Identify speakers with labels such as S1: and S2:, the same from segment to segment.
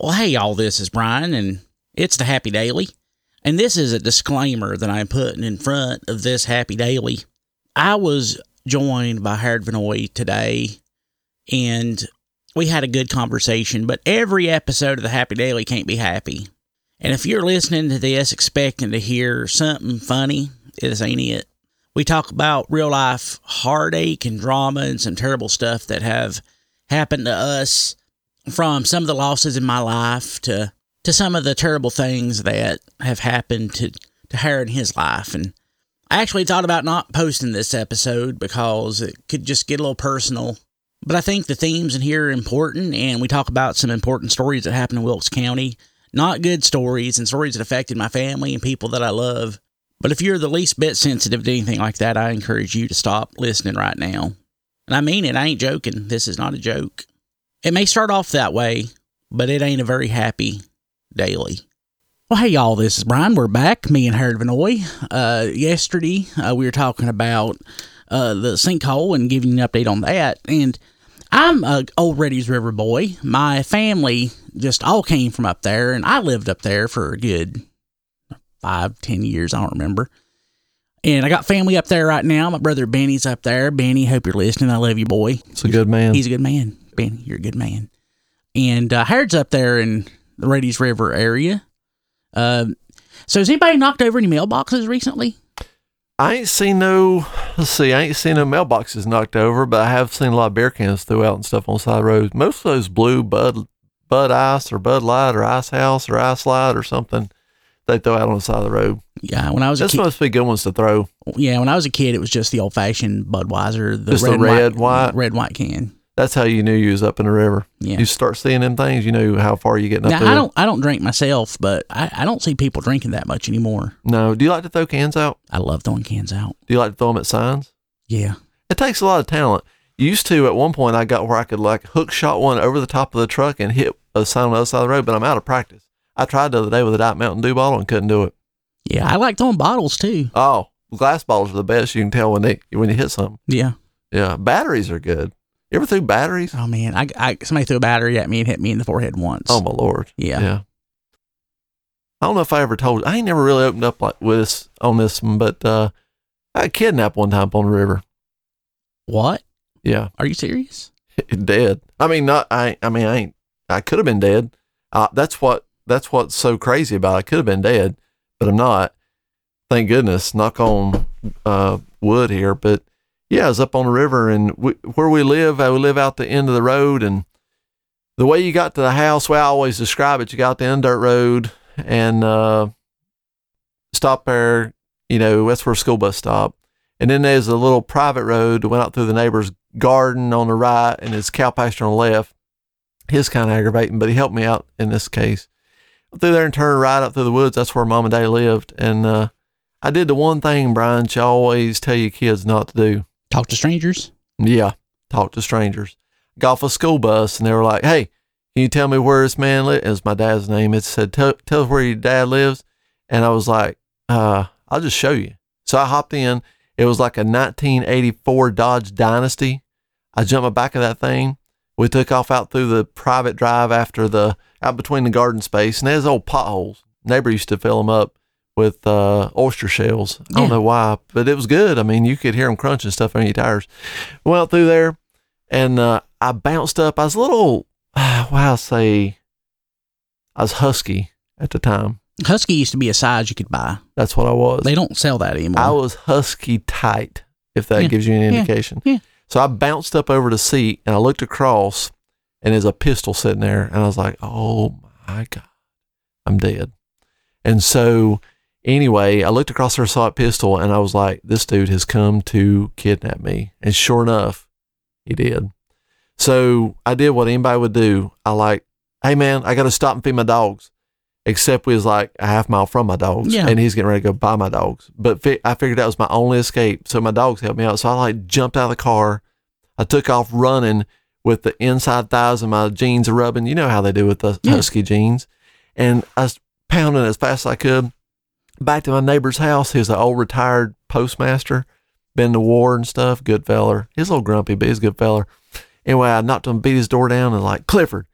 S1: Well, hey, all this is Brian, and it's the Happy Daily. And this is a disclaimer that I'm putting in front of this Happy Daily. I was joined by Howard Vanoy today, and we had a good conversation, but every episode of the Happy Daily can't be happy. And if you're listening to this expecting to hear something funny, this ain't it. We talk about real life heartache and drama and some terrible stuff that have happened to us from some of the losses in my life to to some of the terrible things that have happened to to Harry in his life and I actually thought about not posting this episode because it could just get a little personal. But I think the themes in here are important and we talk about some important stories that happened in Wilkes County, not good stories and stories that affected my family and people that I love. But if you're the least bit sensitive to anything like that, I encourage you to stop listening right now. And I mean it, I ain't joking. This is not a joke. It may start off that way, but it ain't a very happy daily. Well, hey, y'all, this is Brian. We're back, me and Harry Vanoy. Uh, yesterday, uh, we were talking about uh, the sinkhole and giving you an update on that. And I'm a old Reddy's River boy. My family just all came from up there, and I lived up there for a good five, ten years. I don't remember. And I got family up there right now. My brother Benny's up there. Benny, hope you're listening. I love you, boy.
S2: It's a good man.
S1: He's a good man. Ben, you're a good man. And uh, Howard's up there in the Radies River area. Um, so has anybody knocked over any mailboxes recently?
S2: I ain't seen no. Let's see. I ain't seen no mailboxes knocked over, but I have seen a lot of beer cans throughout and stuff on side roads. Most of those blue Bud Bud Ice or Bud Light or Ice House or Ice Light or something they throw out on the side of the road.
S1: Yeah, when I was a
S2: That's
S1: kid,
S2: supposed to be good ones to throw.
S1: yeah, when I was a kid, it was just the old fashioned Budweiser, the
S2: Just the
S1: red, and
S2: red, white?
S1: red white can.
S2: That's how you knew you was up in the river.
S1: Yeah.
S2: You start seeing them things, you know how far you getting up
S1: Now
S2: there.
S1: I don't I don't drink myself, but I, I don't see people drinking that much anymore.
S2: no. Do you like to throw cans out?
S1: I love throwing cans out.
S2: Do you like to throw them at signs?
S1: Yeah,
S2: It takes a lot of talent. Used to at one point, I got where I could like hook shot one over the top of the truck and hit a sign on the other side of the road, but I'm out of practice. I tried the other day with a Diet Mountain Dew bottle and couldn't do it.
S1: yeah, I like throwing bottles too.
S2: Oh, glass bottles are the best. You can tell when they when you hit something.
S1: Yeah.
S2: Yeah, batteries are good. You ever threw batteries?
S1: Oh man, I, I somebody threw a battery at me and hit me in the forehead once.
S2: Oh my lord.
S1: yeah.
S2: Yeah. I don't know if I ever told. I ain't never really opened up like with this on this one, but uh, I got kidnapped one time up on the river.
S1: What?
S2: Yeah.
S1: Are you serious?
S2: dead. I mean, not I. I mean, I ain't. I could have been dead. Uh, that's what. That's what's so crazy about. It. I could have been dead, but I'm not. Thank goodness. Knock on uh, wood here. But yeah, I was up on the river, and we, where we live, I live out the end of the road, and the way you got to the house, way I always describe it, you got the end of dirt road, and uh, stop there. You know, that's where school bus stop. And then there's a little private road that went out through the neighbor's garden on the right and his cow pasture on the left. His kind of aggravating, but he helped me out in this case. Through there and turned right up through the woods. That's where mom and dad lived. And uh, I did the one thing, Brian, that you always tell your kids not to do.
S1: Talk to strangers?
S2: Yeah, talk to strangers. Got off a school bus and they were like, "Hey, can you tell me where this man lives?" It's my dad's name. It said, "Tell tell us where your dad lives," and I was like, "Uh, I'll just show you." So I hopped in. It was like a 1984 Dodge Dynasty. I jumped the back of that thing. We took off out through the private drive after the out between the garden space, and there's old potholes. Neighbor used to fill them up with uh, oyster shells. I
S1: Yeah.
S2: don't know why, but it was good. I mean, you could hear them crunching stuff on your tires. Went out through there, and uh, I bounced up. I was a little, wow, I say, I was husky at the time.
S1: Husky used to be a size you could buy.
S2: That's what I was.
S1: They don't sell that anymore.
S2: I was husky tight, if that
S1: Yeah,
S2: gives you any
S1: yeah,
S2: indication.
S1: yeah.
S2: So I bounced up over the seat and I looked across, and there's a pistol sitting there, and I was like, "Oh my god, I'm dead." And so, anyway, I looked across there, saw a pistol, and I was like, "This dude has come to kidnap me." And sure enough, he did. So I did what anybody would do. I like, "Hey man, I got to stop and feed my dogs." Except we was like a half mile from my dogs,
S1: Yeah.
S2: and he's getting ready to go buy my dogs. But fi- I figured that was my only escape, so my dogs helped me out. So I like jumped out of the car, I took off running with the inside thighs of my jeans rubbing. You know how they do with the
S1: Yeah.
S2: husky jeans. And I was pounding as fast as I could. Back to my neighbor's house. He was an old retired postmaster, been to war and stuff. Good feller. He's a little grumpy, but he's a good feller. Anyway, I knocked on, beat his door down, and like Clifford.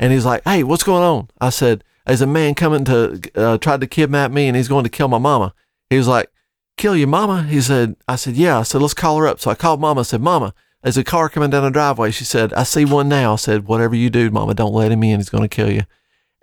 S2: And he's like, "Hey, what's going on?" I said, "There's a man coming to uh, tried to kidnap me, and he's going to kill my mama." He was like, "Kill your mama?" He said, "I said, yeah." I said, "Let's call her up." So I called mama. I said, "Mama, there's a car coming down the driveway." She said, "I see one now." I said, "Whatever you do, mama, don't let him in. He's going to kill you."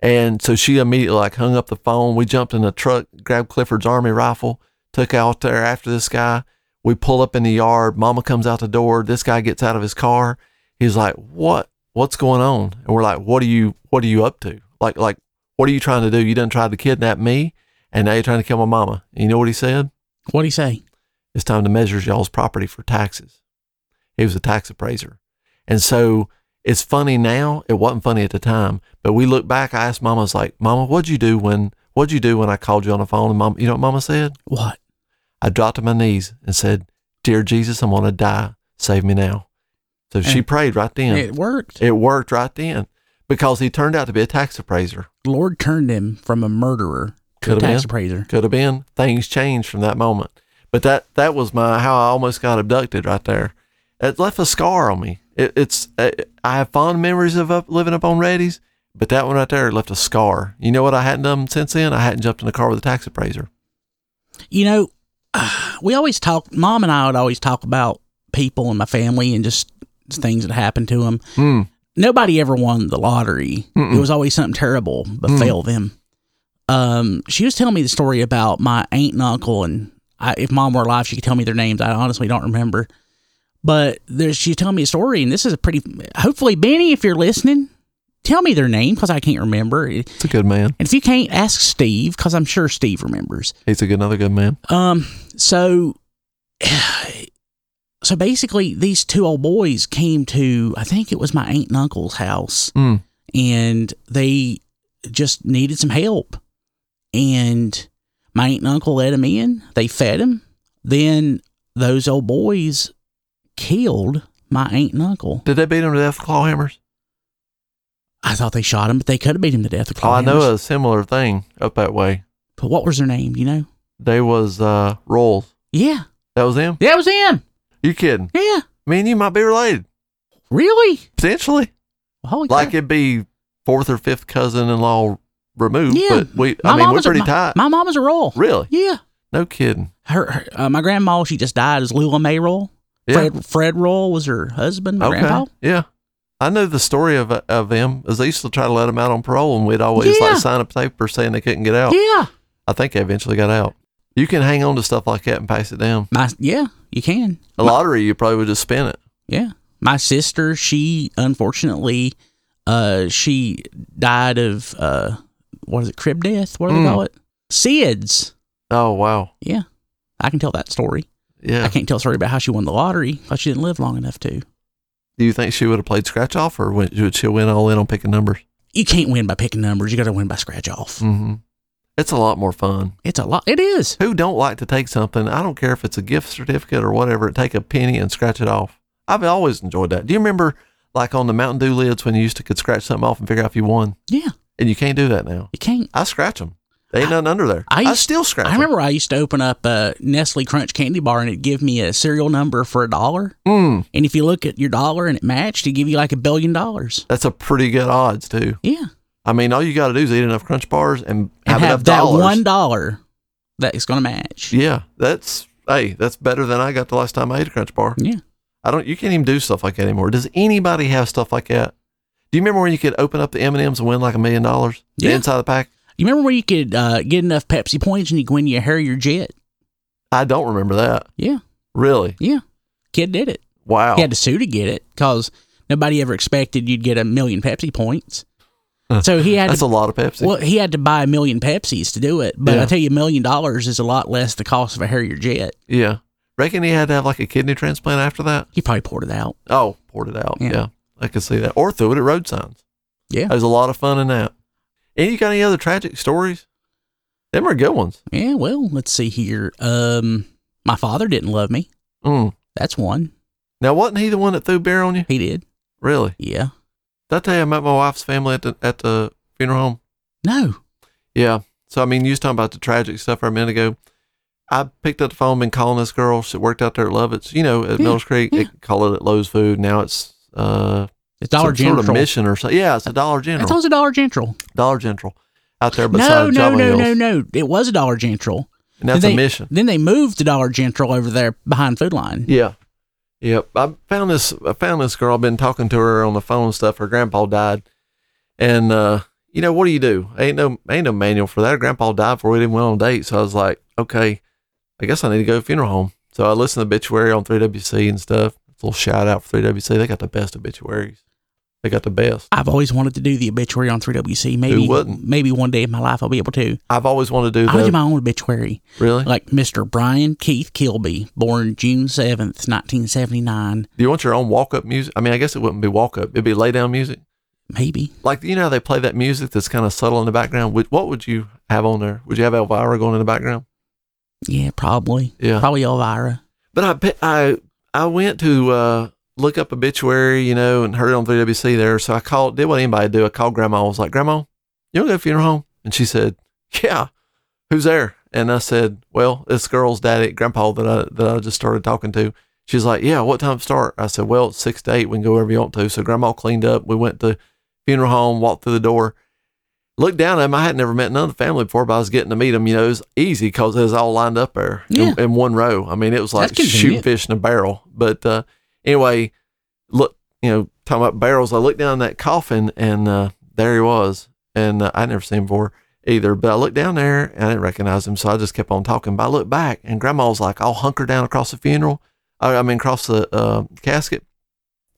S2: And so she immediately like hung up the phone. We jumped in a truck, grabbed Clifford's army rifle, took out there after this guy. We pull up in the yard. Mama comes out the door. This guy gets out of his car. He's like, "What? What's going on?" And we're like, "What are you? What are you up to? Like, like, what are you trying to do? You done tried to kidnap me, and now you're trying to kill my mama." And you know what he said?
S1: What'd he say?
S2: It's time to measure y'all's property for taxes. He was a tax appraiser, and so it's funny now. It wasn't funny at the time, but we look back. I asked Mama, I was like, "Mama, what'd you do when? What'd you do when I called you on the phone?" And Mama, you know what Mama said?
S1: What?
S2: I dropped to my knees and said, Dear Jesus, I'm going to die. Save me now. So she
S1: And-
S2: prayed right then.
S1: It worked.
S2: It worked right then because he turned out to be a tax appraiser.
S1: Lord turned him from a murderer to a
S2: Coulda
S1: tax
S2: been.
S1: appraiser.
S2: Could have been. Things changed from that moment. But that, that was my how I almost got abducted right there. It left a scar on me. It, it's uh, I have fond memories of up, living up on Reddy's, but that one right there left a scar. You know what I hadn't done since then? I hadn't jumped in the car with a tax appraiser.
S1: You know, we always talk. Mom and I would always talk about people in my family and just things that happened to them.
S2: Hmm.
S1: Nobody ever won the lottery.
S2: Mm-mm.
S1: It was always something terrible, but
S2: Mm.
S1: failed them. Um, she was telling me the story about my aunt and uncle, and I, if mom were alive, she could tell me their names. I honestly don't remember. But there's, she's telling me a story, and this is a pretty. Hopefully, Benny, if you're listening, tell me their name because I can't remember. And
S2: It's a good man.
S1: if you can't, ask Steve because I'm sure Steve remembers.
S2: He's a good, another good man.
S1: Um, so, so basically, these two old boys came to, I think it was my aunt and uncle's house,
S2: Hmm.
S1: and they just needed some help. And my aunt and uncle let them in. They fed them. Then those old boys killed my aunt and uncle.
S2: Did they beat him to death with claw hammers?
S1: I thought they shot him, but they could have beat him to death with
S2: Oh,
S1: claw
S2: I know
S1: hammers.
S2: a similar thing up that way.
S1: But what was their name? You know?
S2: They was uh Rolls.
S1: Yeah,
S2: That was them?
S1: that was him.
S2: You kidding?
S1: Yeah,
S2: Me and you might be related.
S1: really?
S2: Potentially.
S1: Holy crap.
S2: Like it'd be fourth or fifth cousin in law removed.
S1: Yeah.
S2: But we I mean we're
S1: mama's a-
S2: pretty
S1: my-
S2: tight.
S1: My, mama's a roll.
S2: really?
S1: Yeah.
S2: No kidding.
S1: Her, her uh, my grandma, she just died as Lula May Roll.
S2: Yeah.
S1: Fred Fred Roll was her husband, my
S2: okay.
S1: grandpa.
S2: Yeah. I know the story of of him is they used to try to let him out on parole and we'd always
S1: Yeah.
S2: like sign a paper saying they couldn't get out.
S1: Yeah.
S2: I think they eventually got out. You can hang on to stuff like that and pass it down.
S1: My yeah, you can.
S2: A lottery you probably would just spin it.
S1: Yeah. My sister, she unfortunately uh she died of uh what is it, crib death? What do they
S2: Mm.
S1: call it? SIDS.
S2: Oh wow.
S1: Yeah. I can tell that story.
S2: Yeah.
S1: I can't tell a story about how she won the lottery because she didn't live long enough to.
S2: Do you think she would have played scratch off, or would would she win all in on picking numbers?
S1: You can't win by picking numbers. You got to win by scratch off.
S2: Mm-hmm. It's a lot more fun.
S1: It's a lot. It is.
S2: Who don't like to take something? I don't care if it's a gift certificate or whatever. Take a penny and scratch it off. I've always enjoyed that. Do you remember, like on the Mountain Dew lids, when you used to could scratch something off and figure out if you won?
S1: Yeah.
S2: And you can't do that now.
S1: You can't.
S2: I scratch them. There ain't nothing under there.
S1: I
S2: I,
S1: used-
S2: still scratch.
S1: I
S2: 'em.
S1: remember I used to open up a Nestle Crunch candy bar and it'd give me a serial number for a dollar.
S2: Mm,
S1: And if you look at your dollar and it matched, it'd give you like a billion dollars.
S2: that's a pretty good odds too.
S1: Yeah.
S2: I mean, all you got to do is eat enough Crunch bars and
S1: And
S2: have,
S1: have,
S2: enough
S1: that
S2: dollars.
S1: one dollar that is going to match.
S2: yeah, that's hey, that's better than I got the last time I ate a Crunch bar.
S1: Yeah.
S2: I don't. You can't even do stuff like that anymore. Does anybody have stuff like that? Do you remember when you could open up the M and M's and win like a million dollars? The
S1: Yeah.
S2: Inside the pack.
S1: You remember where you could uh, get enough Pepsi points and you could win your Harrier jet?
S2: I don't remember that.
S1: Yeah.
S2: Really?
S1: Yeah. Kid did it.
S2: Wow.
S1: He had to sue to get it because nobody ever expected you'd get a million Pepsi points. So he had
S2: That's
S1: to.
S2: a lot of Pepsi.
S1: Well, he had to buy a million Pepsis to do it, but I
S2: Yeah.
S1: tell you, a million dollars is a lot less the cost of a Harrier jet.
S2: Yeah. Reckon he had to have like a kidney transplant after that.
S1: He probably poured it out.
S2: Oh, poured it out.
S1: Yeah.
S2: Yeah. I could see that. Or threw it at road signs.
S1: Yeah.
S2: There's a lot of fun in that. And you got any other tragic stories? Them are good ones.
S1: Yeah, well, let's see here. Um, my father didn't love me.
S2: Mm.
S1: That's one.
S2: Now, wasn't he the one that threw beer on you?
S1: He did.
S2: Really?
S1: Yeah.
S2: That day I met my wife's family at the, at the funeral home.
S1: No.
S2: Yeah. So I mean, you was talking about the tragic stuff a minute ago. I picked up the phone, been calling this
S1: Hmm.
S2: girl. She worked out there at Lovett's, you know, at
S1: Yeah,
S2: Mills Creek.
S1: yeah.
S2: They call it at Lowe's Food. Now it's uh
S1: It's Dollar
S2: some
S1: General.
S2: sort of mission or something. Yeah, it's a Dollar
S1: I
S2: General.
S1: thought it was a Dollar General.
S2: Dollar General out there
S1: No,
S2: beside
S1: no,
S2: Java
S1: no,
S2: Hills.
S1: no, no. It was a Dollar General.
S2: And that's
S1: then
S2: a
S1: they-
S2: mission.
S1: Then they moved the Dollar General over there behind Food Line.
S2: Yeah. Yep. I found this I found this girl. I've been talking to her on the phone and stuff. Her grandpa died. And uh, you know, what do you do? Ain't no ain't no manual for that. Her grandpa died before we even went on a date. So I was like, okay, I guess I need to go to a funeral home. So I listened to obituary on three WC and stuff. Little shout out for three WC. They got the best obituaries. They got the best.
S1: I've always wanted to do the obituary on 3WC. Maybe
S2: wouldn't?
S1: maybe one day in my life I'll be able to.
S2: I've always wanted to do
S1: I'll do
S2: that.
S1: my own obituary.
S2: Really?
S1: Like Mr. Brian Keith Kilby, born June 7th, 1979.
S2: Do you want your own walk up music? I mean, I guess it wouldn't be walk up. It'd be lay down music.
S1: Maybe.
S2: like you know how they play that music that's kind of subtle in the background. Would, what would you have on there? Would you have Elvira going in the background?
S1: Yeah, probably.
S2: Yeah.
S1: Probably Elvira.
S2: But I pe- I I went to uh, look up obituary, you know, and heard it on 3WC there. So I called, did what anybody do. I called grandma. I was like, Grandma, you want to go to the funeral home? And she said, Yeah. Who's there? And I said, Well, this girl's daddy, grandpa that I that I just started talking to. She's like, Yeah, what time start? I said, Well, it's six to eight. We can go wherever you want to. So grandma cleaned up. We went to funeral home, walked through the door. Looked down at him. I had never met none of the family before, but I was getting to meet them. You know, it was easy because it was all lined up there in-
S1: Yeah.
S2: in, one row. I mean, it was like
S1: That's
S2: shooting
S1: convenient.
S2: fish in a barrel. But uh, anyway, look, you know, talking about barrels. I looked down in that coffin, and uh, there he was, and uh, I'd never seen him before either. But I looked down there, and I didn't recognize him, so I just kept on talking. But I looked back, and Grandma was like, "I'll hunker down across the funeral. I, I mean, across the uh, casket."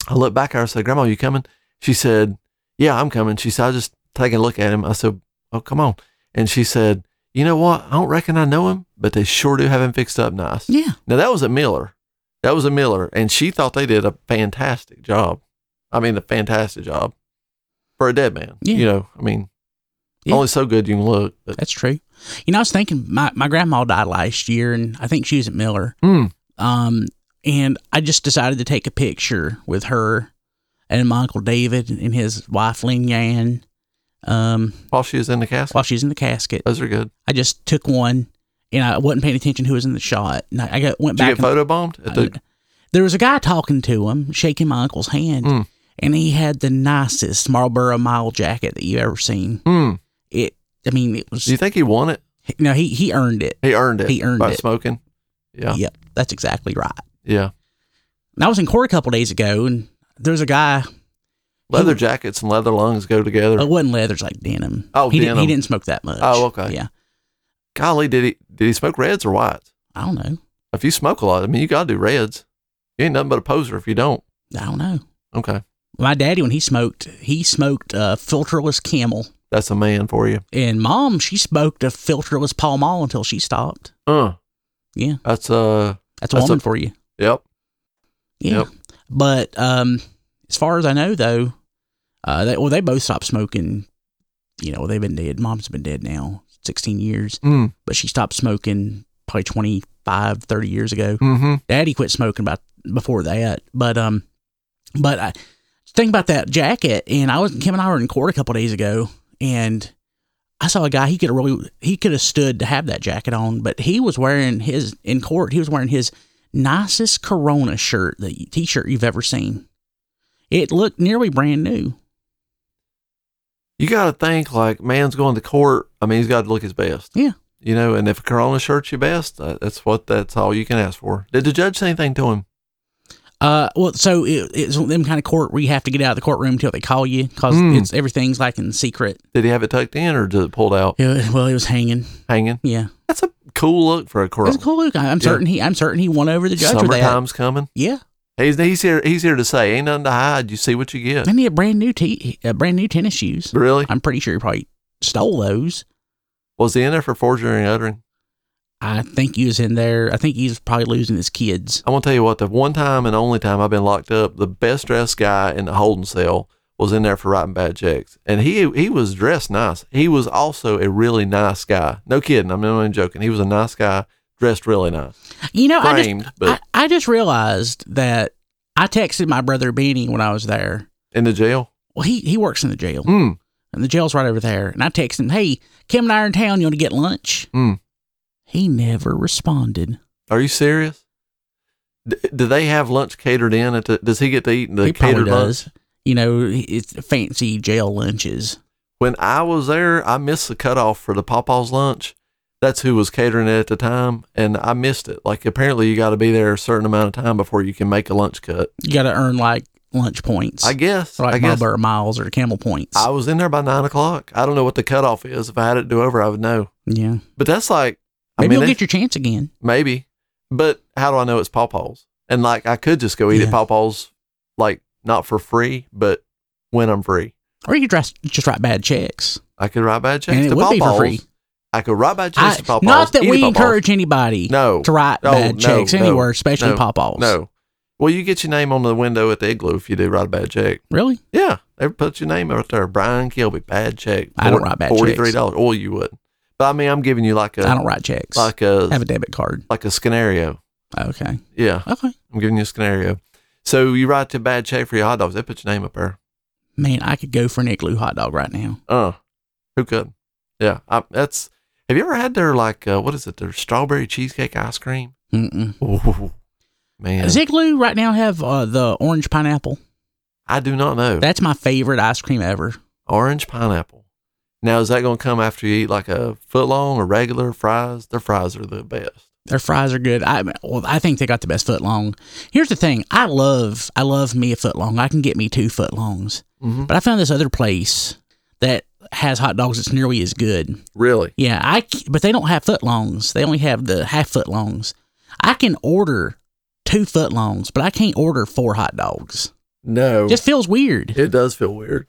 S2: I looked back at her. I said, "Grandma, you coming?" She said, "Yeah, I'm coming." She said, "I just taking a look at him." I said, "Oh, come on," and she said. You know what? I don't reckon I know him, but they sure do have him fixed up nice.
S1: Yeah.
S2: Now that was a Miller. That was a Miller, and she thought they did a fantastic job. I mean, a fantastic job for a dead man.
S1: Yeah.
S2: You know, I mean,
S1: Yeah.
S2: only so good you can look. But,
S1: That's true. You know, I was thinking my, my grandma died last year, and I think she was at Miller.
S2: Mm,
S1: Um, and I just decided to take a picture with her and my uncle David and his wife Lynn Yan. Um,
S2: while she was in the casket,
S1: while she's in the casket,
S2: those are good.
S1: I just took one, and I wasn't paying attention who was in the shot. And I, I got went
S2: Did you
S1: back.
S2: get
S1: and,
S2: photo bombed? At the,
S1: there was a guy talking to him, shaking my uncle's hand,
S2: Hmm.
S1: and he had the nicest Marlboro Mile jacket that you've ever seen.
S2: mm,
S1: It, I mean, it was
S2: do you think he won it?
S1: no, he he earned it.
S2: He earned it.
S1: He earned
S2: by
S1: it.
S2: smoking. Yeah, yeah,
S1: Yep, that's exactly right. And I was in court a couple days ago, and there was a guy.
S2: Leather jackets and leather lungs go together.
S1: It wasn't leather; it's like denim.
S2: Oh,
S1: he Didn't, he
S2: denim.
S1: didn't smoke that much.
S2: Oh, okay.
S1: Yeah,
S2: Golly, did he did he smoke reds or whites?
S1: I don't know.
S2: If you smoke a lot, I mean, you gotta do reds. You ain't nothing but a poser if you don't.
S1: I don't know.
S2: Okay,
S1: My daddy, when he smoked, he smoked a filterless Camel,
S2: that's a man for you.
S1: and Mom, she smoked a filterless Pall Mall until she stopped.
S2: Uh,
S1: Yeah.
S2: That's uh,
S1: That's a
S2: That's
S1: woman
S2: a-
S1: for you.
S2: yep.
S1: Yeah.
S2: Yep.
S1: But um, as far as I know, though, uh, they, well, they both stopped smoking. You know, they've been dead. Mom's been dead now 16 years,
S2: Mm.
S1: but she stopped smoking probably 25, 30 years ago.
S2: Mm-hmm.
S1: Daddy quit smoking about before that. But um, but I think about that jacket, and I was Kim and I were in court a couple days ago, and I saw a guy he could have really he could have stood to have that jacket on, but he was wearing his in court. He was wearing his nicest Corona shirt, the t-shirt you've ever seen. It looked nearly brand new.
S2: You got to think like man's going to court. I mean, he's got to look his best.
S1: Yeah.
S2: You know, and if a Corona shirt's your best, uh, that's what that's all you can ask for. Did the judge say anything to him?
S1: Uh, well, so it, it's one of them kind of court where you have to get out of the courtroom till they call you because
S2: Mm.
S1: it's everything's like in secret.
S2: Did he have it tucked in or did it pulled out
S1: It was- well, he was hanging.
S2: hanging?
S1: Yeah,
S2: That's a cool look for
S1: it
S2: a
S1: was
S2: Corona.
S1: a cool look. I- I'm
S2: Yeah.
S1: certain he. I'm certain he won over the judge with that.
S2: Summertime's coming.
S1: Yeah,
S2: He's he's here. He's here to say ain't nothing to hide. You see what you get.
S1: and he had brand new t, uh, brand new tennis shoes.
S2: Really?
S1: I'm pretty sure he probably stole those.
S2: Was he in there for forgery and uttering?
S1: I think he was in there. I think he was probably losing his kids.
S2: I'm gonna tell you what. The one time and only time I've been locked up, the best dressed guy in the holding cell was in there for writing bad checks, and he he was dressed nice. He was also a really nice guy. No kidding. I'm not even joking. He was a nice guy, dressed really nice,
S1: You know, I just
S2: framed, but
S1: I, I just realized that I texted my brother Benny when I was there.
S2: in the jail.
S1: Well, he he works in the jail,
S2: Mm,
S1: and the jail's right over there. And I texted him, "Hey, Kim and I are in town. You want to get lunch?"
S2: Mm.
S1: He never responded.
S2: are you serious? D- do they have lunch catered in? At the, does he get to eat in the
S1: he probably
S2: catered lunch?
S1: does. you know, it's fancy jail lunches.
S2: When I was there, I missed the cutoff for the Pawpaw's lunch. That's who was catering it at the time, and I missed it. Like apparently, you got to be there a certain amount of time before you can make a lunch cut.
S1: You got to earn like lunch points,
S2: I guess.
S1: like
S2: I guess
S1: Marlboro miles or Camel points.
S2: I was in there by nine o'clock. I don't know what the cutoff is. If I had it to do over, I would know.
S1: yeah,
S2: But that's like, I
S1: maybe
S2: mean,
S1: you'll
S2: it-
S1: get your chance again.
S2: maybe. But how do I know it's pawpaws? And like, I could just go eat
S1: Yeah.
S2: at pawpaws, like not for free, but when I'm free,
S1: Or you could just, just write bad checks,
S2: I could write bad checks
S1: and it
S2: to
S1: would be for
S2: pawpaws.
S1: free.
S2: I could write bad checks
S1: I-
S2: to pawpaws.
S1: not that
S2: eat at
S1: we
S2: Pawpaws.
S1: encourage anybody
S2: No,
S1: to write
S2: No,
S1: bad
S2: no,
S1: checks
S2: no,
S1: anywhere, especially
S2: no,
S1: pawpaws.
S2: no. Well, you get your name on the window at the igloo if you do write a bad check.
S1: really,
S2: Yeah, they put your name out there. Brian Kilby, bad check.
S1: I don't write bad checks.
S2: Forty-three dollars. Or you would. But I mean, I'm giving you like
S1: I
S2: a
S1: don't write checks.
S2: like
S1: I have
S2: a
S1: a debit card.
S2: like a scenario.
S1: Okay,
S2: Yeah,
S1: okay,
S2: I'm giving you a scenario. So you write the bad check for your hot dogs. They put your name up there.
S1: man, I could go for an igloo hot dog right now.
S2: Uh, who could? Yeah, I, that's. Have you ever had their like uh, what is it? Their strawberry cheesecake ice cream.
S1: Mm-mm.
S2: Ooh, man,
S1: Does Igloo right now have uh, the orange pineapple?
S2: I do not know.
S1: That's my favorite ice cream ever.
S2: orange pineapple. Now, is that going to come after you eat like a foot long or regular fries? Their fries are the best.
S1: Their fries are good. I well, I think they got the best foot long. Here's the thing: I love I love me a foot long. I can get me two foot longs,
S2: Mm-hmm.
S1: but I found this other place that has hot dogs that's nearly as good.
S2: Really?
S1: Yeah, I c- but they don't have foot longs. They only have the half foot longs. I can order two foot longs, but I can't order four hot dogs.
S2: No.
S1: Just feels weird.
S2: it does feel weird.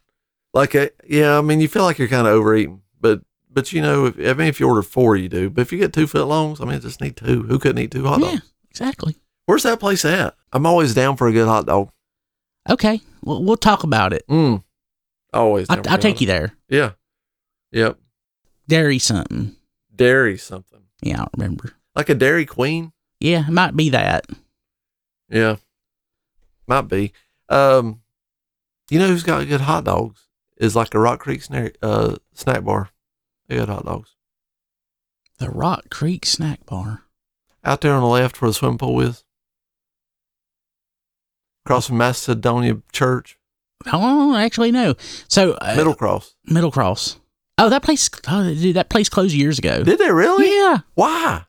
S2: Like, a, yeah, I mean, you feel like you're kind of overeating, but but you know, if, I mean, if you order four, you do. But if you get two foot longs, I mean, just need two. Who couldn't eat two hot dogs?
S1: Yeah, exactly.
S2: Where's that place at? I'm always down for a good hot dog.
S1: Okay, well, we'll talk about it.
S2: Mm. Always.
S1: I, I'll take you there.
S2: Yeah. Yep.
S1: dairy something.
S2: Dairy something
S1: Yeah, I don't remember.
S2: like a Dairy Queen.
S1: Yeah, it might be that.
S2: Yeah. Might be. Um you know who's got good hot dogs? Is like a Rock Creek snack uh snack bar. They got hot dogs.
S1: The Rock Creek Snack Bar.
S2: Out there on the left where the swimming pool is. Across from Macedonia Church.
S1: Oh, actually, no. So uh,
S2: Middle Cross.
S1: Middle Cross. Oh, that place. Oh, dude, that place closed years ago.
S2: Did they really?
S1: Yeah.
S2: Why?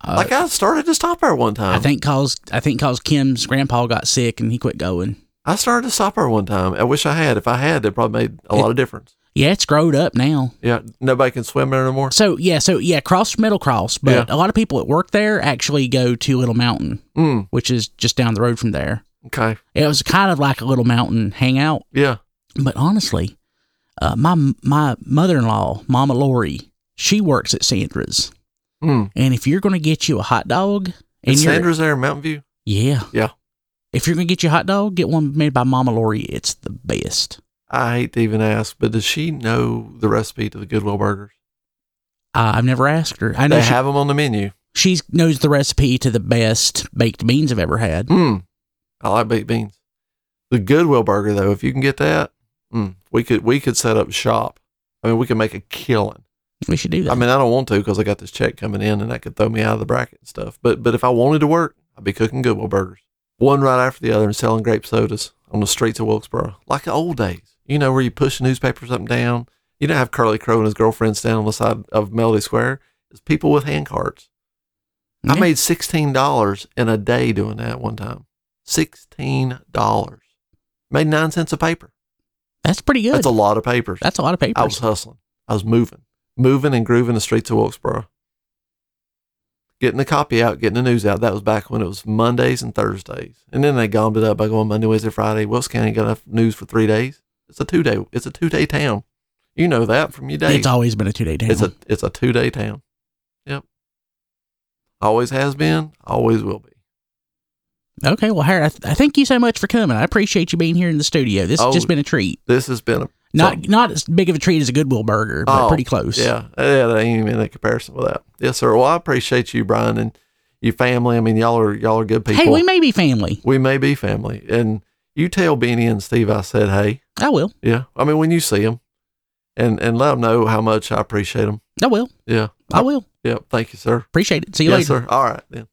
S1: Uh,
S2: like I started to stop there one time.
S1: I think cause I think cause Kim's grandpa got sick and he quit going.
S2: I started to stop there one time. I wish I had. If I had, it probably made a lot of difference.
S1: Yeah, it's grown up now.
S2: Yeah. Nobody can swim there anymore.
S1: So yeah, so yeah, cross from Middle Cross. But a lot of people that work there actually go to Little Mountain,
S2: Mm.
S1: which is just down the road from there.
S2: Okay.
S1: It was kind of like a Little Mountain hangout.
S2: Yeah.
S1: But honestly, uh, my my mother in law, Mama Lori, she works at Sandra's,
S2: Mm.
S1: and if you're going to get you a hot dog, and
S2: Is
S1: you're-
S2: Sandra's there in Mountain View?
S1: yeah,
S2: Yeah.
S1: if you're going to get you a hot dog, get one made by Mama Lori. It's the best.
S2: I hate to even ask, but does she know the recipe to the Goodwill burgers?
S1: Uh, I've never asked her. I know
S2: They
S1: she,
S2: have them on the menu.
S1: she knows the recipe to the best baked beans I've ever had.
S2: Mm. I like baked beans. The Goodwill burger, though, if you can get that, mm, we could we could set up shop. I mean, we could make a killing.
S1: We should do that.
S2: I mean, I don't want to because I got this check coming in, and that could throw me out of the bracket and stuff. But but if I wanted to work, I'd be cooking Goodwill burgers, one right after the other, and selling grape sodas on the streets of Wilkesboro, like the old days. You know, where you push newspapers up and down. You don't have Curly Crow and his girlfriend standing on the side of Melody Square. It's people with hand carts. I
S1: Yeah.
S2: made sixteen dollars in a day doing that one time. Sixteen dollars. Made nine cents a paper.
S1: that's pretty good.
S2: That's a lot of papers.
S1: That's a lot of papers.
S2: I was hustling. I was moving, moving and grooving the streets of Wilkesboro. Getting the copy out, getting the news out. That was back when it was Mondays and Thursdays, and then they gombed it up by going Monday, Wednesday, Friday. Wilkes County got enough news for three days. It's a two day. It's a two day town. You know that from your days.
S1: it's always been a two day town.
S2: It's a it's a two day town. Yep. Always has been. Always will be.
S1: okay, well, Harry, I, th- I thank you so much for coming. I appreciate you being here in the studio. This
S2: Oh,
S1: has just been a treat.
S2: This has been a
S1: Not
S2: something.
S1: not as big of a treat as a Goodwill burger, but
S2: Oh,
S1: pretty close.
S2: Yeah, yeah, that ain't even in comparison with that. Yes, sir. Well, I appreciate you, Brian, and your family. I mean, y'all are y'all are good people.
S1: Hey, we may be family.
S2: We may be family, and you tell Benny and Steve I said hey.
S1: I will.
S2: Yeah, I mean when you see them, and and let them know how much I appreciate them.
S1: I will.
S2: Yeah,
S1: I will.
S2: yeah. Thank you, sir.
S1: Appreciate it. See you
S2: yes,
S1: later.
S2: sir. All right then.